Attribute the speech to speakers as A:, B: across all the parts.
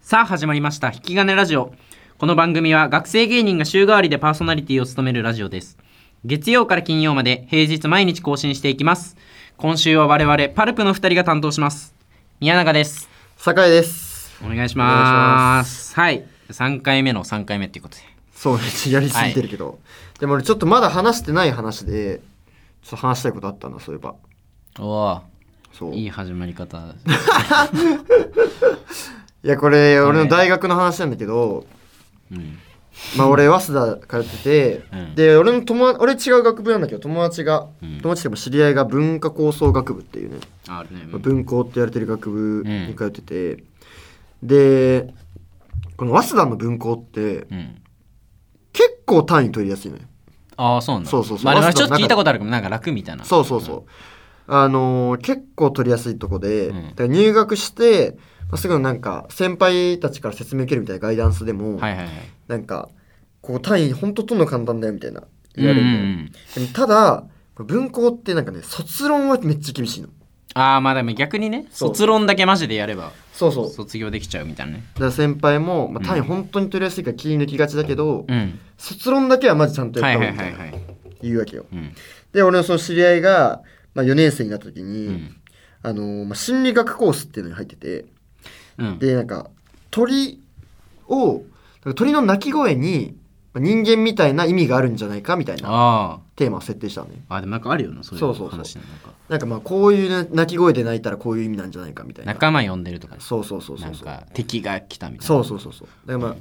A: さあ始まりました引き金ラジオこの番組は学生芸人が週替わりでパーソナリティを務めるラジオです月曜から金曜まで平日毎日更新していきます今週は我々パルプの2人が担当します宮永です
B: 酒井です
A: お願いしますはい3回目の3回目っていうことで
B: そうねやりすぎてるけど、でも俺ちょっとまだ話してない話でちょっと話したいことあったなそういえば
A: お
B: そう
A: いい
B: い
A: 始まり方
B: やこれ俺の大学の話なんだけど、
A: うん
B: まあ俺早稲田通ってて、
A: うん
B: で俺の友達俺違う学部なんだけど友達が、
A: うん
B: 友達でも知り合いが文化構想学部っていうね、
A: あるね
B: まあ文校って言われてる学部に通ってて、でこの早稲田の文校って
A: うん
B: 結構単位取りやすいのよ
A: ああそうなんだ
B: そうそうそう
A: まあでもちょっと
B: ラストの中で
A: 聞いたことあるけどなんか楽みたいな
B: そうそうそう。あのー結構取りやすいとこで、
A: うん
B: だから入学して、まあすぐなんか先輩たちから説明受けるみたいなガイダンスでも、
A: はいはいはい
B: なんかこう単位本当とんの簡単だよみたいな
A: うん
B: 言
A: う
B: わ
A: ん
B: れ
A: う
B: るのよ、
A: ん
B: でもただ文校ってなんかね卒論はめっちゃ厳しいの
A: ああまあでも逆にね
B: そう
A: 卒論だけマジでやれば
B: そうそうだか
A: 卒業できちゃうみたいなね
B: ら先輩も、まあ、単位
A: うん
B: 本当に取りやすいから切り抜きがちだけど、
A: うん
B: 卒論だけはまずちゃんとや
A: は
B: っ
A: い
B: た
A: は
B: 方
A: い
B: がい
A: はい
B: いみたいな
A: はい
B: 言うわけよ
A: うん
B: で俺のその知り合いが、まあ、4年生になった時に、
A: うん
B: あのーまあ、心理学コースっていうのに入ってて、
A: うん
B: でなんか鳥をなんか鳥の鳴き声にまあ人間みたいな意味があるんじゃないかみたいな
A: あ
B: テーマを設定したのね
A: ああでもなんかあるよなそうい
B: そううそうそう
A: 話のなんか
B: なんかまあこういう鳴き声で鳴いたらこういう意味なんじゃないかみたいな
A: 仲間呼んでるとかね
B: そうそうそうそ
A: な
B: うんそう
A: か敵が来たみたいな
B: そうそうそうそうだからまあ、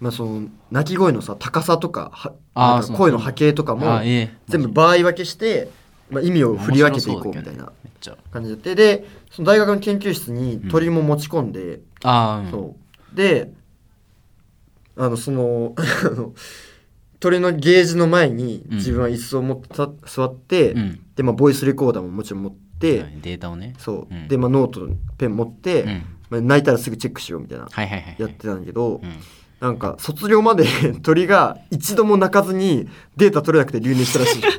B: まあ、その鳴き声のさ高さとかは
A: あー
B: なん
A: そ
B: か
A: う
B: 声の波形とかも
A: あーええ
B: 全部場合分けして、まあ、意味を振り分けていこうみたいな
A: めっちゃ
B: 感じでやってでその大学の研究室に鳥も持ち込んで、
A: ああ
B: そうであのその あの鳥のゲージの前に
A: うん
B: 自分は椅子を持ってた座って、
A: うん
B: でまあ、ボイスレコーダーももちろん持って、
A: はいデータをね
B: そ
A: う
B: う、
A: ん
B: で、まあ、ノートペン持って、
A: うん
B: まあ、泣いたらすぐチェックしようみたいな
A: はいはいはい
B: や
A: は
B: っ
A: い
B: てたんだけど、
A: うん
B: なんか卒業まで 鳥が一度も泣かずにデータ取れなくて留年したらしいっ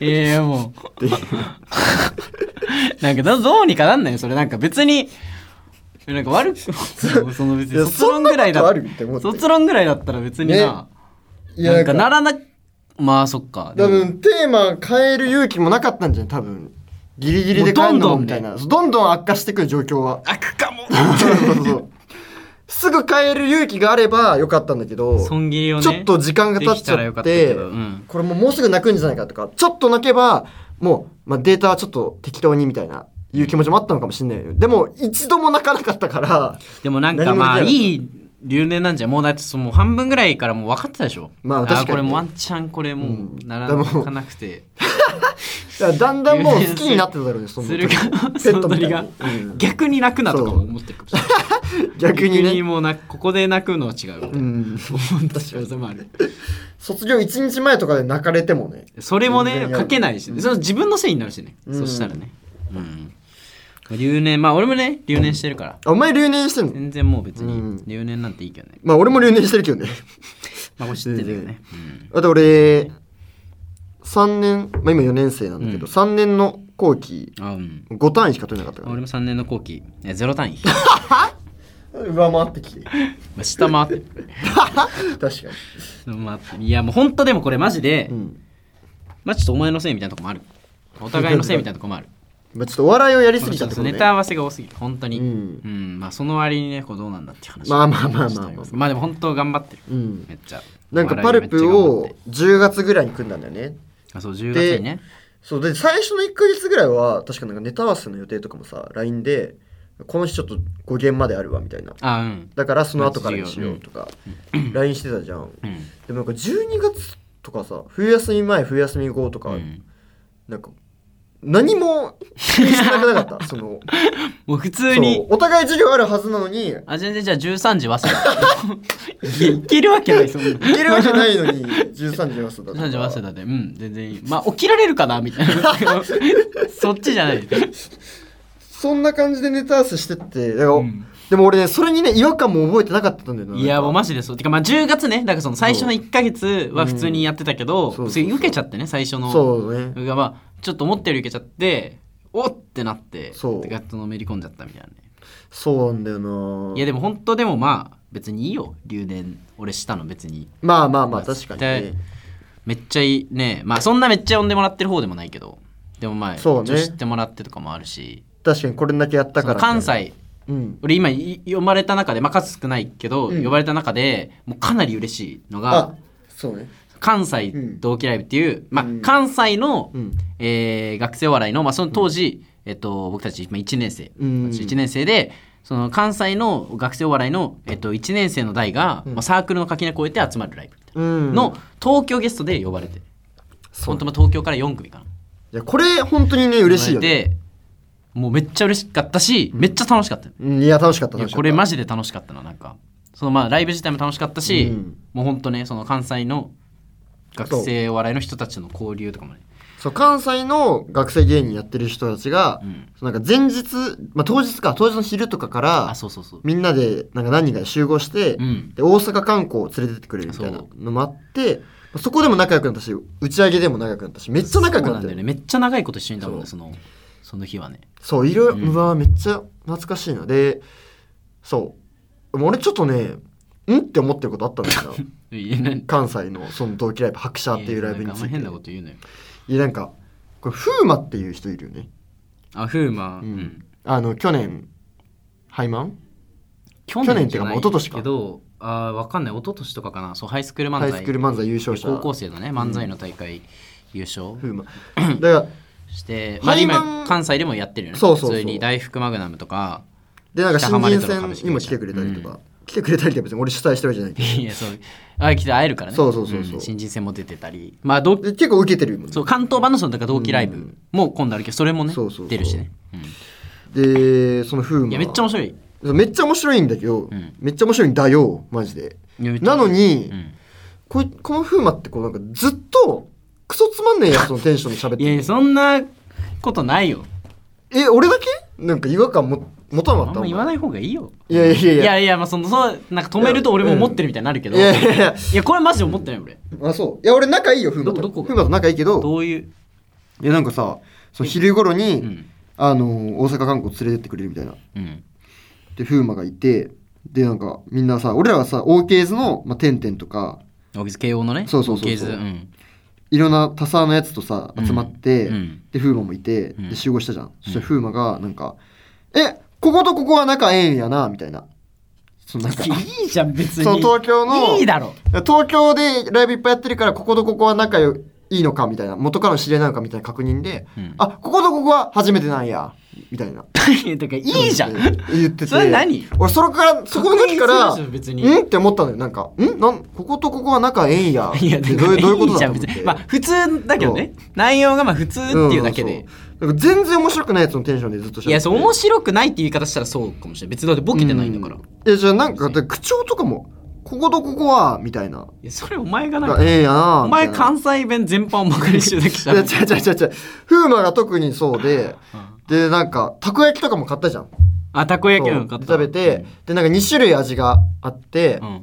A: ええもう
B: ていう
A: なんかどどうにかなんないそれなんか別になんか悪くそうその別
B: いや
A: に卒論ぐ らいだ
B: そんなことあるって思って
A: 卒論ぐらいだったら別にな、
B: い
A: なんかな
B: な
A: らなまあそっかで
B: 多
A: も
B: 分テーマ変える勇気もなかったんじゃない多分ギリギリで変えるのもみたいなどんどん悪化してくる状況 は
A: 悪かも
B: そうそうそうすぐ変える勇気があればよかったんだけど、
A: 損切りをね
B: ちょっと時間が経っ
A: でき
B: ちゃ
A: たらよ
B: っ
A: かった
B: て
A: けどうん
B: これもうもうすぐ泣くんじゃないかとかちょっと泣けばもう、まあ、データはちょっと適当にみたいないう気持ちもあったのかもしれないよでも一度も泣かなかったから
A: でもなんか
B: 何も
A: まあ
B: できない
A: い留年なんじゃもうだってその半分ぐらいからもう分かってたでしょ
B: まあ確かにね
A: これもワンチャンこれもうなら
B: でも
A: かなくて
B: だからだんだんもう好きになってただろうねそ の
A: するか
B: ペ
A: そ
B: ッ
A: の
B: トみた
A: 鳥
B: い
A: が、
B: なうん
A: 逆に楽なとかも思ってるかもしれない
B: 逆にね
A: もうなここで泣くのは違うみたいな、
B: うん
A: 本当仕業もある
B: 卒業1日前とかで泣かれてもね
A: それもね
B: 全然やる
A: 書けないし、ね、その自分のせいになるしね、
B: うん
A: そしたらね、うん、留年まあ俺もね留年してるから、
B: あお前留年してんの
A: 全然もう別
B: う
A: に
B: ん
A: 留年なんていいけどね、
B: まあ俺も留年してるけどね
A: まあこれ知ってるけどね、うん
B: あと俺3年、まあ、今4年生なんだけど、
A: うん
B: 3年の後期
A: あうん
B: 5単位しか取れなかったか
A: 俺も3年の後期えゼロ単位
B: ら上回ってき て
A: まあ下回ってる
B: 確
A: 下回
B: か
A: ってるいやもう本当でもこれマジで、
B: に、うん
A: まあちょっとお前のせいみたいなとこもあるお互いのせいみたいなとこも ある
B: まあ、ちょっとお笑いをやりすぎちゃって
A: そ
B: こ
A: うネ
B: とね
A: タ合わせが多すぎる本当に、う
B: うんん
A: まあその割にねこうどうなんだっていう話
B: まあまあまあまあまあ
A: しておりますまあでも本当頑張ってる、
B: うん
A: めっちゃ
B: なんか
A: お
B: パ
A: 笑いめ
B: ル
A: っちゃ
B: プ
A: 頑張って
B: を10月ぐらいに組んだんだよね
A: あそう10月にね
B: そうで最初の1ヶ月ぐらいは確かなんかネタ合わせの予定とかもさ LINE でこの日ちょっと5限まであるわみたいな
A: あうん
B: だからその後からにしようとか LINE してたじゃん
A: うん
B: でもなんか12月とかさ冬休み前冬休み後とか、
A: うん
B: なんか何もしてなくな かったその
A: もう普通
B: そう
A: に
B: お互い授業あるはずなのにい
A: あ全然じゃあ13時忘れ いやいけるわけないそんな
B: けるわけないのに13時忘れた
A: 13時早稲田でうん全然いいまあ起きられるかなみたいな そっちじゃない
B: そんな感じでネタ合わせしてってだから、
A: うん
B: でも俺ねそれにね違和感も覚えてなかったんだよない
A: いやもう
B: ま
A: マジでそうてかまあ10月ねだからその最初の
B: そう
A: 1か月は普通にやってたけど、
B: んそうそうそう
A: それ受けちゃってね最初の
B: そうね
A: がまあちょっと思ったより受けちゃっておっってなって
B: そう
A: ガッとのめり込んじゃったみたいなね
B: そうなんだよない
A: やでも本当でもまあ別にいいよ留年俺したの別に
B: まあまあまあ確か
A: 絶
B: にね
A: めっちゃいいねまあそんなめっちゃ呼んでもらってる方でもないけどでもまあ
B: そうね
A: 一応知ってもらってとかもあるし
B: 確かにこれだけやったから
A: その関西
B: うん
A: 俺今い呼ばれた中でまあ数少ないけど、
B: うん
A: 呼ばれた中でもうかなり嬉しいの
B: あ
A: が
B: そうね
A: 関西同期ライブっていう、まあ
B: うん
A: 関西の、
B: うん
A: えー学生お笑いの、まあ、その当時、えっと、僕たち1年生、
B: うん
A: 私一年生でその関西の学生お笑いの、えっと、1年生の代が、
B: うん
A: まあ、サークルの垣根越えて集まるライブ
B: うん
A: の東京ゲストで呼ばれて、
B: そう
A: 本当まあ東京から4組かない
B: やこれ本当にね嬉しいよね
A: でもうめっちゃ嬉しかったし、めっちゃ楽しかった
B: うんいや楽しかった
A: いや
B: 楽しかった
A: これマジで楽しかったななんかそのまあライブ自体も楽しかったし、
B: うん
A: もうほんとねその関西の学生お笑いの人たちの交流とかもね
B: そう関西の学生芸人やってる人たちが、
A: うん
B: そうなんか前日、まあ、当日か当日の昼とかから
A: あそうそうそう
B: みんなでなんか何人かで集合して、
A: うん
B: で大阪観光を連れてってくれるみたいな
A: そ
B: のもあってまあそこでも仲良くなったし打ち上げでも仲良くなったしめっちゃ仲良く
A: そう
B: な
A: なん
B: った
A: だ
B: よ
A: よね
B: ね
A: めっちゃ長いこと一緒にいたもんね
B: そ
A: そのその日はね
B: そういろいろ、
A: う
B: うんわめっちゃ懐かしいなでそうでも俺ちょっとねうんって思ってることあったんだよな
A: いやなん
B: 関西のその同期ライブ拍車っていうライブにつ
A: いやなんかあんま
B: いて
A: 変なこと言うのよ
B: いやなんかこれ風磨っていう人いるよね
A: あ風磨、う
B: うんん、あの去年ハイマン
A: 去
B: 年
A: じゃな
B: 去年っていうかまあ一昨年か
A: けどあーわかんない一昨年とかかなそうハイスクール漫
B: ハ
A: 才
B: イスクール漫才優勝者
A: 高校生のね漫才の大会優勝、
B: 風磨だから
A: して、まあ、
B: ハイマン
A: 今関西でもやってるよね
B: そうそうそう
A: 普通に大福マグナムとか
B: でなんか
A: 北
B: 新
A: 浜レ
B: 人
A: トロ株
B: 戦
A: 式会社
B: にも来てくれたりとか、来てくれたりって別に俺主催してるわけじゃないけ
A: いやそうあ来て会えるからね
B: そうそうそうそうん
A: 新人戦も出てたりまあ同
B: どで結構受けてるもんね
A: そう関東版のそのだから同期ライ
B: う
A: ブ
B: ん
A: も今度あるけどそれもね
B: そうそうそう
A: 出るしね、うん
B: でその風磨
A: いやめっちゃ面白い
B: そうめっちゃ面白いんだけど、
A: ん
B: めっちゃ面白いんだよマジで
A: いやめっちゃ
B: な
A: 面白
B: の
A: い
B: に、
A: うん
B: こいこの風磨ってこうなんかずっとクソつまんねえやつのテンションで喋って
A: いやいやそんなことないよ
B: え俺だけなんか違和感も持たなか
A: あ
B: っ
A: ん
B: た
A: ま言わない方がいいよ
B: いやいやいや
A: いやいやまあそのそうなんか止めると俺も思ってるみたいになるけど、
B: いやいやいや
A: いやこれマジで思ってない俺
B: あそういや俺仲いいよ風磨
A: どど
B: と
A: こが
B: 風磨と仲いいけど
A: どういう、
B: いやなんかさその昼頃に、
A: うん
B: あのー大阪観光連れてってくれるみたいな
A: うん、
B: で風磨がいてでなんかみんなさ俺らはさ OKs の、まあ、テンテンとか
A: オキズ慶応のね
B: そうそうそうそう
A: オキズん
B: いろんな他沢のやつとさ集まって、
A: うんうん
B: で風磨もいて
A: うん
B: で集合したじゃん、そしたら風磨がなんか「えこことここは仲ええんやな」みたいなその なんか
A: いいじゃん別に
B: そう東京の
A: いいだろ
B: 東京でライブいっぱいやってるからこことここは仲よいいのかみたいな元からの知り合いなのかみたいな確認で「
A: うん
B: あこことここは初めてなんや」みたいな。
A: いやだからいいじゃん
B: 言ってて言ってて
A: それ何
B: 俺それからそこの時から
A: 確認するでしょ別に
B: うんって思ったのよなんかんなんこことここは仲ええんや
A: いや、
B: ってどういうどういうこと
A: じ
B: だ
A: ゃん、
B: と思っ
A: 別に。
B: て
A: まあ、普通だけどね。内容がまあ、普通っていうだけで。
B: うんそうそうなんか全然面白くないやつのテンションでずっと喋って
A: いや、そう、面白くないって言い方したらそうかもしれない。別にだってボケてないんだから。
B: う
A: い
B: いやじゃあなんかで口調とかもこことここはみたいな
A: や、それお前がなん
B: が
A: か、
B: ええやな
A: お前
B: みたいな
A: 関西弁全般をバカにしてるだけじゃん。
B: いや違う違う違う違う風磨が特にそうででなんかたこ焼きとかも買ったじゃん
A: あ、たこ焼き
B: そう
A: の買っ
B: で
A: た。
B: 食べて、でなんか2種類味があって
A: う、ん。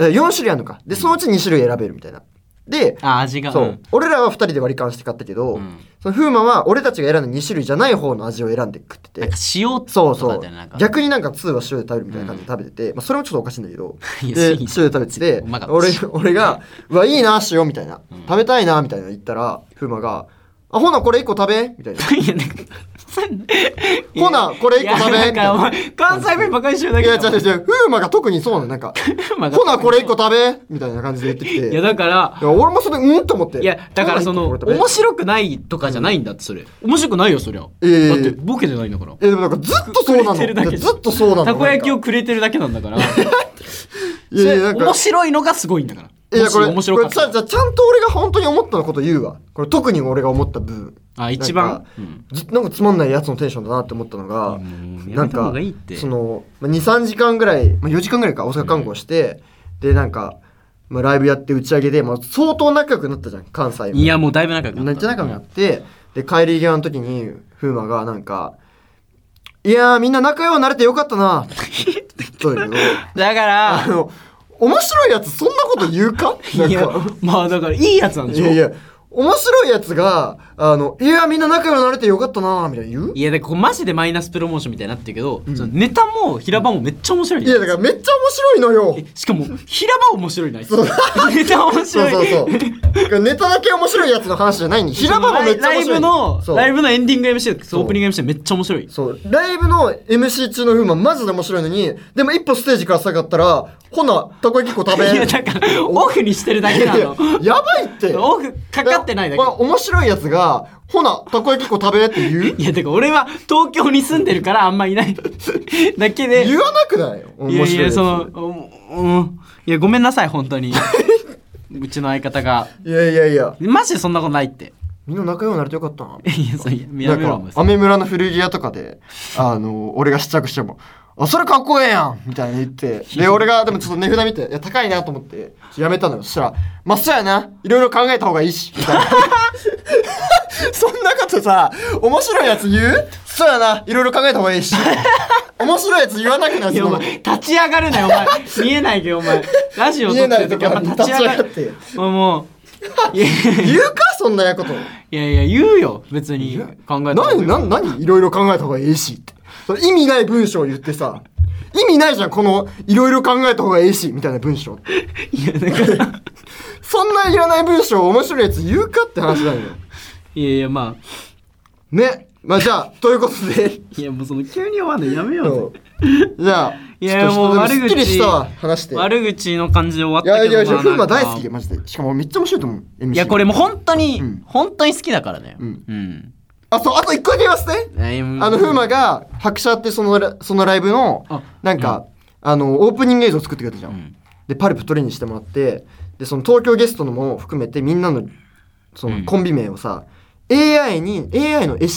B: え4種類あるのかでそのうち2種類選べるみたいなで
A: あ、味が。
B: そう、
A: ん
B: 俺らは2人で割り勘して買ったけど、
A: うん
B: その風磨は俺たちが選んだ2種類じゃない方の味を選んで食って
A: なん
B: て
A: か塩とか
B: そうそう
A: だよねなんか
B: 逆になんか2は塩で食べるみたいな感じで食べてて、まあ、それもちょっとおかしいんだけど
A: いや
B: で
A: いい
B: 塩で食べてて
A: うまかった。
B: 俺俺が「うわいいな塩」みたいな、食べたいな」みたいな言ったら風磨が「あほなこれ1個食べ」みたいな
A: いや、なんか、
B: ほなこれ1個食べ
A: いやな
B: みたいな
A: んかお前関西弁バカにしてるだ
B: い
A: け
B: や違
A: じゃん
B: う違う違う風磨が特にそうなのな んか「
A: 馬が
B: ほなこれ1個食べ」みたいな感じで言ってきて
A: いや、だから、
B: いや俺もそれうんと思って
A: いやだからその
B: これ食べ
A: 面白くないとかじゃないんだってそれ面白くないよそりゃ、
B: ええ
A: だってボケてないんだから
B: えでもなんかずっとそう
A: く
B: な
A: れてるだけ
B: のずっとそうなの
A: たこ焼き
B: な
A: を
B: んか
A: くれてるだけなんだから
B: いやいやなん
A: それ面
B: か
A: 白いのがすごいんだから
B: いや
A: もし
B: これ
A: 面白かっ
B: これ
A: た
B: さじ
A: ら
B: ゃあちゃんと俺が本当に思ったこと言うわこれ特に俺が思った部分
A: あ一番
B: なんか,
A: うん
B: ず、なんかつまんないやつのテンションだなって思ったのが、
A: うんや
B: なん
A: めた方
B: か
A: がいいって
B: その23時間ぐらい、まあ、4時間ぐらいか大阪観光して、でなんか、まあ、ライブやって打ち上げで、まあ、相当仲良くなったじゃん関西も
A: いやもうだいぶ仲良くな
B: め
A: っ
B: っちゃ
A: た
B: 仲良くなって、で帰り際の時に風磨がなんか「いやーみんな仲良くなれてよかったな」って言ったんだけ ど
A: だか
B: あ
A: ら
B: の面白いやつそんなこと言うかなんか
A: いやまあだからいいやつなんで
B: い
A: しょ
B: やいや面白いやつがあの、いや、みんな仲良くなれてよかったな、みたいな言う
A: いやだからこうマジでマイナスプロモーションみたいになってるけど、
B: うん
A: そのネタも平場もめっちゃ面白い
B: いや、だからめっちゃ面白いのよ。
A: えしかも平場面白いなあいつ
B: そう
A: ネタ面
B: そう
A: 白い
B: そうそう。だからネタだけ面白いやつの話じゃないん で、平場もめっちゃ面
A: ラ
B: 白い。
A: イブの
B: そう
A: ライブのエンディング MC
B: そう
A: オープニング MC めっちゃ面白い
B: そう。ライブの MC 中の風磨マジで面白いのに、でも一歩ステージから下がったら、ほな、たこ焼き1個食べん。
A: いやなんかオフにしてるだけなの
B: い ややばいって。
A: オフかかってないだけ
B: これ面白いやつが、ほな、たこ焼き1個食べって言う
A: いやだから俺は東京に住んでるからあんまいないだけで
B: 言わなくない面白
A: い
B: い
A: や
B: や
A: いや
B: つ。
A: そのうんうんいやごめんなさい本当に うちの相方が
B: いやいやいや。
A: マジでそんなことないって
B: みんな仲良くなれてよかったな。
A: いやそういや
B: な
A: や
B: ん
A: めろお
B: か
A: 前、
B: アメ村の古着屋とか で、あの、俺が試着しても、あ、それかっこええやんみたいに言って、 で、俺が、でもちょっと値札見て、いや、高いなと思って、やめたのよ。そしたら、まあ、そうやな。いろいろ考えた方がいいし、みたいな。そんなことさ、面白いやつ言うそうやな。いろいろ考えた方がいいし。面白いやつ言わなくなる
A: いやお前立ち上がるなよお前見えないけどお前ラジオ
B: 見
A: 撮
B: え
A: っ
B: な
A: て
B: い
A: る
B: と
A: 時
B: こ
A: やっ
B: ろ
A: ぱ立
B: に立
A: ち上
B: ち
A: が
B: 上がっ
A: る
B: て。
A: もうもういや
B: 言うかそんなこと。
A: いやいや言うよ別に考えたら
B: 何何何いろいろ考えた方がいいしってそれ意味ない文章を言ってさ意味ないじゃんこのいろいろ考えた方がいいしみたいな文章
A: いやだから
B: そんないらない文章を面白いやつ言うかって話なんよ
A: いやいやまあ
B: ねまあじゃあということで
A: いやもうその急に終わんのやめようぜ
B: じゃあ
A: いや
B: ちょっ
A: も
B: と
A: う悪
B: でもすっきり
A: 口
B: したわ話していや
A: 悪口の感じで終わっ
B: い
A: た
B: や
A: け
B: い
A: ど
B: や風磨
A: まあなん
B: 大
A: か
B: 好きマジでしかもめっちゃ面白いと思う MC
A: いやこれもう本当に、
B: うん
A: 本当に好きだからね
B: う
A: うんん、
B: あそうあと一個だけ言わせて
A: あ
B: あの風
A: が
B: 磨が拍車ってそのラそのライブの
A: あ
B: なんか、あのオープニング映像作ってくれたじゃん、
A: うん
B: でパルプ取りにしてもらってでその東京ゲストのも含めてみんなのそうの
A: ん
B: コンビ名をさ、AI に AI の絵師みた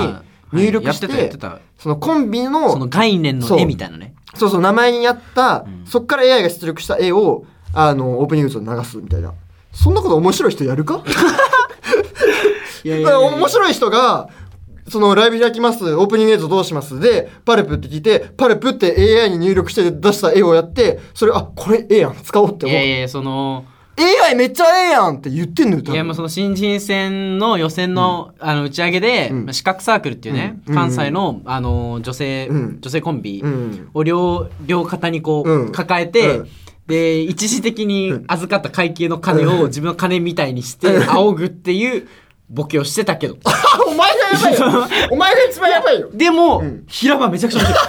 A: あ
B: いに入力
A: やっ
B: してて,、
A: たやってた
B: そのコンビ
A: そ
B: の
A: の概念の絵みたいなね
B: そうそう名前にあった、
A: うん
B: そっから AI が出力した絵をあのオープニング映像に流すみたいなそんなこと面白い人やるか
A: いやいやいやいや
B: 面白い人が、そのライブ開きます、オープニング映像どうしますで、パルプって聞いて、パルプって AI に入力して出した絵をやって、それ、あ、これええやん、使おうって
A: い
B: 思う。
A: やいやいやその
B: AI めっちゃええやんって言ってんのよ、多分
A: いやもうその新人戦の予選の,、あの打ち上げで、
B: うん
A: まあ視覚サークルっていうね、
B: うん
A: 関西の、あの女性、
B: うん
A: 女性コンビ
B: うん。
A: を両両肩にこう、
B: うん
A: 抱えて、
B: うん
A: で一時的に預かった会計の金
B: うん
A: を自分の金みたいにして仰ぐっていうボケをしてたけど
B: あ、 お前がやばい よお前が一番やばいよ
A: でも、
B: ん
A: 平場めちゃくちゃ面白 い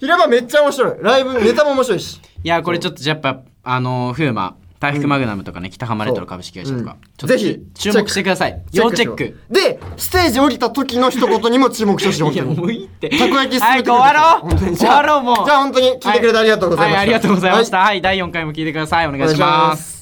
B: 平場めっちゃ面白い。ライブ、ネタも面白いし。
A: いやこれちょっとやっぱあの風磨大福マグナムとかね、北浜レトロ株式会社とか、
B: うん
A: ちょっと
B: ぜひ
A: 注目してください要チェック
B: で、ステージ降りた時の一言にも注目してほしい、本
A: い
B: 当
A: や
B: に。
A: もういいって
B: たこ焼き進
A: 早
B: めて
A: く
B: く
A: 終
B: れ
A: わろ
B: 本当
A: う
B: に
A: 終わろうもう
B: じゃあ本当に聞いてくれてありがとうござ
A: は
B: いました。
A: い、ありがとうございました。はい、第4回も聞いてください。お願いします。